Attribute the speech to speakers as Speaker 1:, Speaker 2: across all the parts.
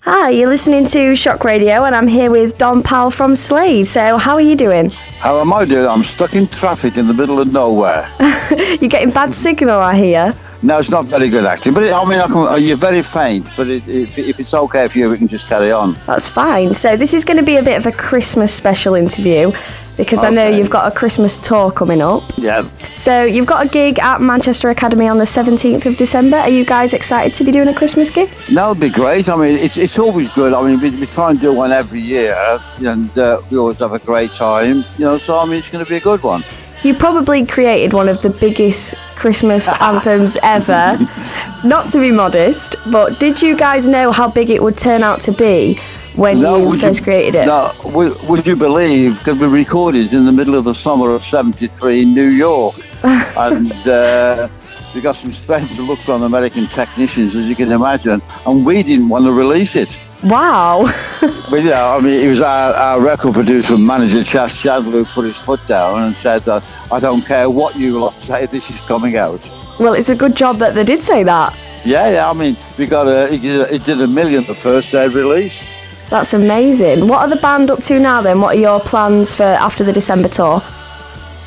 Speaker 1: Hi, you're listening to Shock Radio, and I'm here with Don Powell from Slade. So, how are you doing?
Speaker 2: How am I doing? I'm stuck in traffic in the middle of nowhere.
Speaker 1: You're getting bad signal, I hear.
Speaker 2: No, it's not very good actually, but it, I mean, I can, uh, you're very faint. But it, if, if it's okay for you, we can just carry on.
Speaker 1: That's fine. So, this is going to be a bit of a Christmas special interview because I know
Speaker 2: Okay.
Speaker 1: you've got a Christmas tour coming up.
Speaker 2: Yeah,
Speaker 1: So, you've got a gig at Manchester Academy on the 17th of December. Are you guys excited to be doing a Christmas gig?
Speaker 2: that would be great. I mean, it's, it's always good. I mean, we, we try and do one every year, and uh, we always have a great time. You know, so I mean, it's going to be a good one.
Speaker 1: You probably created one of the biggest Christmas anthems ever. Not to be modest, but did you guys know how big it would turn out to be when you
Speaker 2: would
Speaker 1: first created it?
Speaker 2: No, would, would you believe? Because we recorded in the middle of the summer of '73 in New York, and uh, we got some special looks on American technicians, as you can imagine, and we didn't want to release it.
Speaker 1: Wow.
Speaker 2: But yeah, I mean, it was our, our record producer and manager, Chas Chandler, who put his foot down and said that I don't care what you lot say, this is coming out.
Speaker 1: well, it's a good job that they did say that.
Speaker 2: Yeah, yeah. I mean, we got a it did a, it did a million the first day release.
Speaker 1: That's amazing. What are the band up to now then? What are your plans for after the December tour?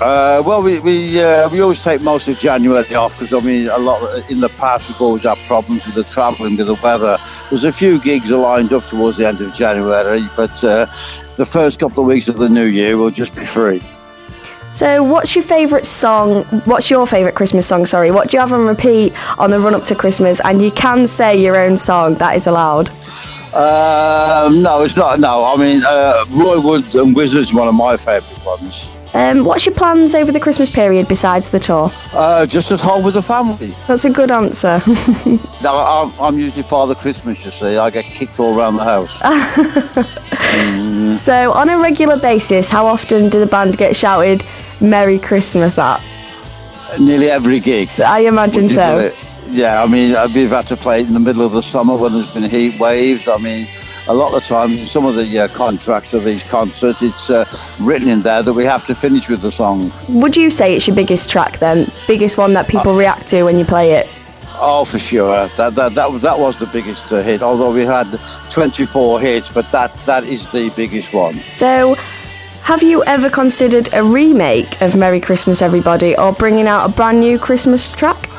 Speaker 2: Uh, well, we we, uh, we always take most of January off because I mean, a lot uh, in the past we've always had problems with the travelling, with the weather. There's a few gigs are lined up towards the end of January, but uh, the first couple of weeks of the new year will just be free.
Speaker 1: So, what's your favourite song? What's your favourite Christmas song? Sorry, what do you have on repeat on the run up to Christmas? And you can say your own song, that is allowed.
Speaker 2: Um, no, it's not. No, I mean, uh, Roy Wood and Wizards is one of my favourite ones.
Speaker 1: Um, what's your plans over the Christmas period besides the tour?
Speaker 2: Uh, just at home with the family.
Speaker 1: That's a good answer.
Speaker 2: Now, I'm, I'm usually Father Christmas, you see. I get kicked all around the house.
Speaker 1: so, on a regular basis, how often do the band get shouted "Merry Christmas" at?
Speaker 2: Nearly every gig.
Speaker 1: I imagine so.
Speaker 2: Yeah, I mean, uh, we've had to play it in the middle of the summer when there's been heat waves. I mean, a lot of the times, some of the uh, contracts of these concerts, it's uh, written in there that we have to finish with the song.
Speaker 1: Would you say it's your biggest track then? Biggest one that people react to when you play it?
Speaker 2: Oh, for sure. That that that, was- that was the biggest uh, hit. Although we had 24 hits, but that that is the biggest one.
Speaker 1: So, have you ever considered a remake of "Merry Christmas, Everybody" or bringing out a brand new Christmas track?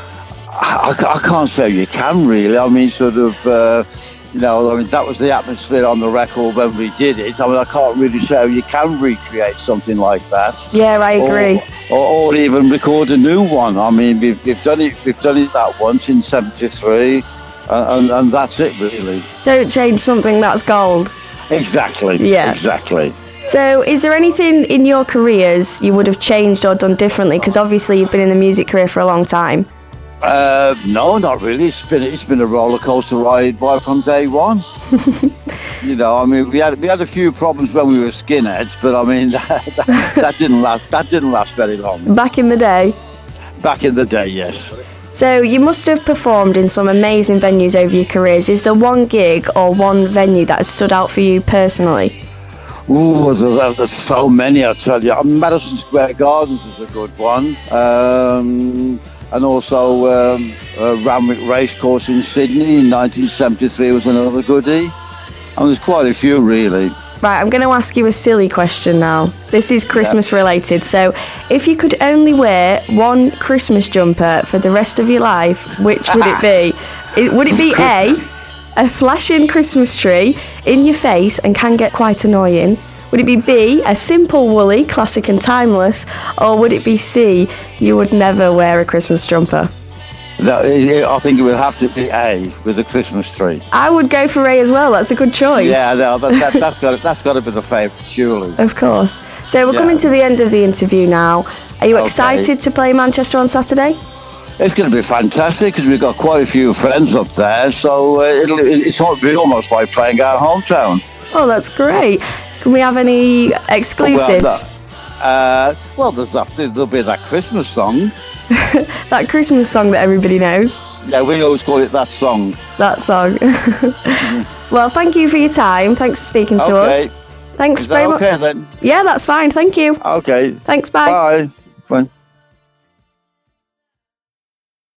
Speaker 2: I, I ca- I can't say you can really. I mean, sort of. Uh, you know, I mean, that was the atmosphere on the record when we did it. I mean, I can't really say you can recreate something like that.
Speaker 1: Yeah, I agree.
Speaker 2: Or, or, or even record a new one. I mean, we've, we've done it. We've done it that once in '73, and, and and that's it really.
Speaker 1: Don't change something that's gold.
Speaker 2: Exactly.
Speaker 1: Yeah.
Speaker 2: Exactly.
Speaker 1: So, is there anything in your careers you would have changed or done differently? Because obviously you've been in the music career for a long time.
Speaker 2: Uh, no, not really. It's been it's been a roller coaster ride right from day one. you know, I mean, we had we had a few problems when we were skinheads, but I mean, that, that, that didn't last. That didn't last very long.
Speaker 1: Back in the day.
Speaker 2: Back in the day, yes.
Speaker 1: So, you must have performed in some amazing venues over your careers. Is there one gig or one venue that has stood out for you personally?
Speaker 2: Ooh, there's, there's so many, I tell you. Uh, Madison Square Gardens is a good one. Um, and also um, uh, Ramwick Racecourse in Sydney in 1973 was another goodie. And there's quite a few, really.
Speaker 1: Right, I'm going to ask you a silly question now. This is Christmas related. So, if you could only wear one Christmas jumper for the rest of your life, which would it be? It- would it be A, a flashing Christmas tree in your face and can get quite annoying? Would it be B, a simple woolly, classic and timeless? Or would it be C, you would never wear a Christmas jumper?
Speaker 2: That, I think it would have to be A with the Christmas tree.
Speaker 1: I would go for A as well. That's a good choice.
Speaker 2: Yeah, no, that, that, that's got that's got to be the favourite, surely.
Speaker 1: Of course. So we're
Speaker 2: Yeah.
Speaker 1: coming to the end of the interview now. Are you
Speaker 2: Okay.
Speaker 1: excited to play Manchester on Saturday?
Speaker 2: It's going to be fantastic because we've got quite a few friends up there, so uh, it'll, it's al- be almost like playing our hometown.
Speaker 1: Oh, that's great. Can we have any exclusives?
Speaker 2: Oh, Well, that- uh, well, there's that, there'll be that Christmas song.
Speaker 1: That Christmas song that everybody knows.
Speaker 2: Yeah, we always call it that song.
Speaker 1: That song. well, thank you for your time. Thanks for speaking to
Speaker 2: okay,
Speaker 1: us. Thanks
Speaker 2: is that
Speaker 1: very much.
Speaker 2: okay then?
Speaker 1: Yeah, that's fine. Thank you.
Speaker 2: Okay,
Speaker 1: Thanks.
Speaker 2: bye. Bye.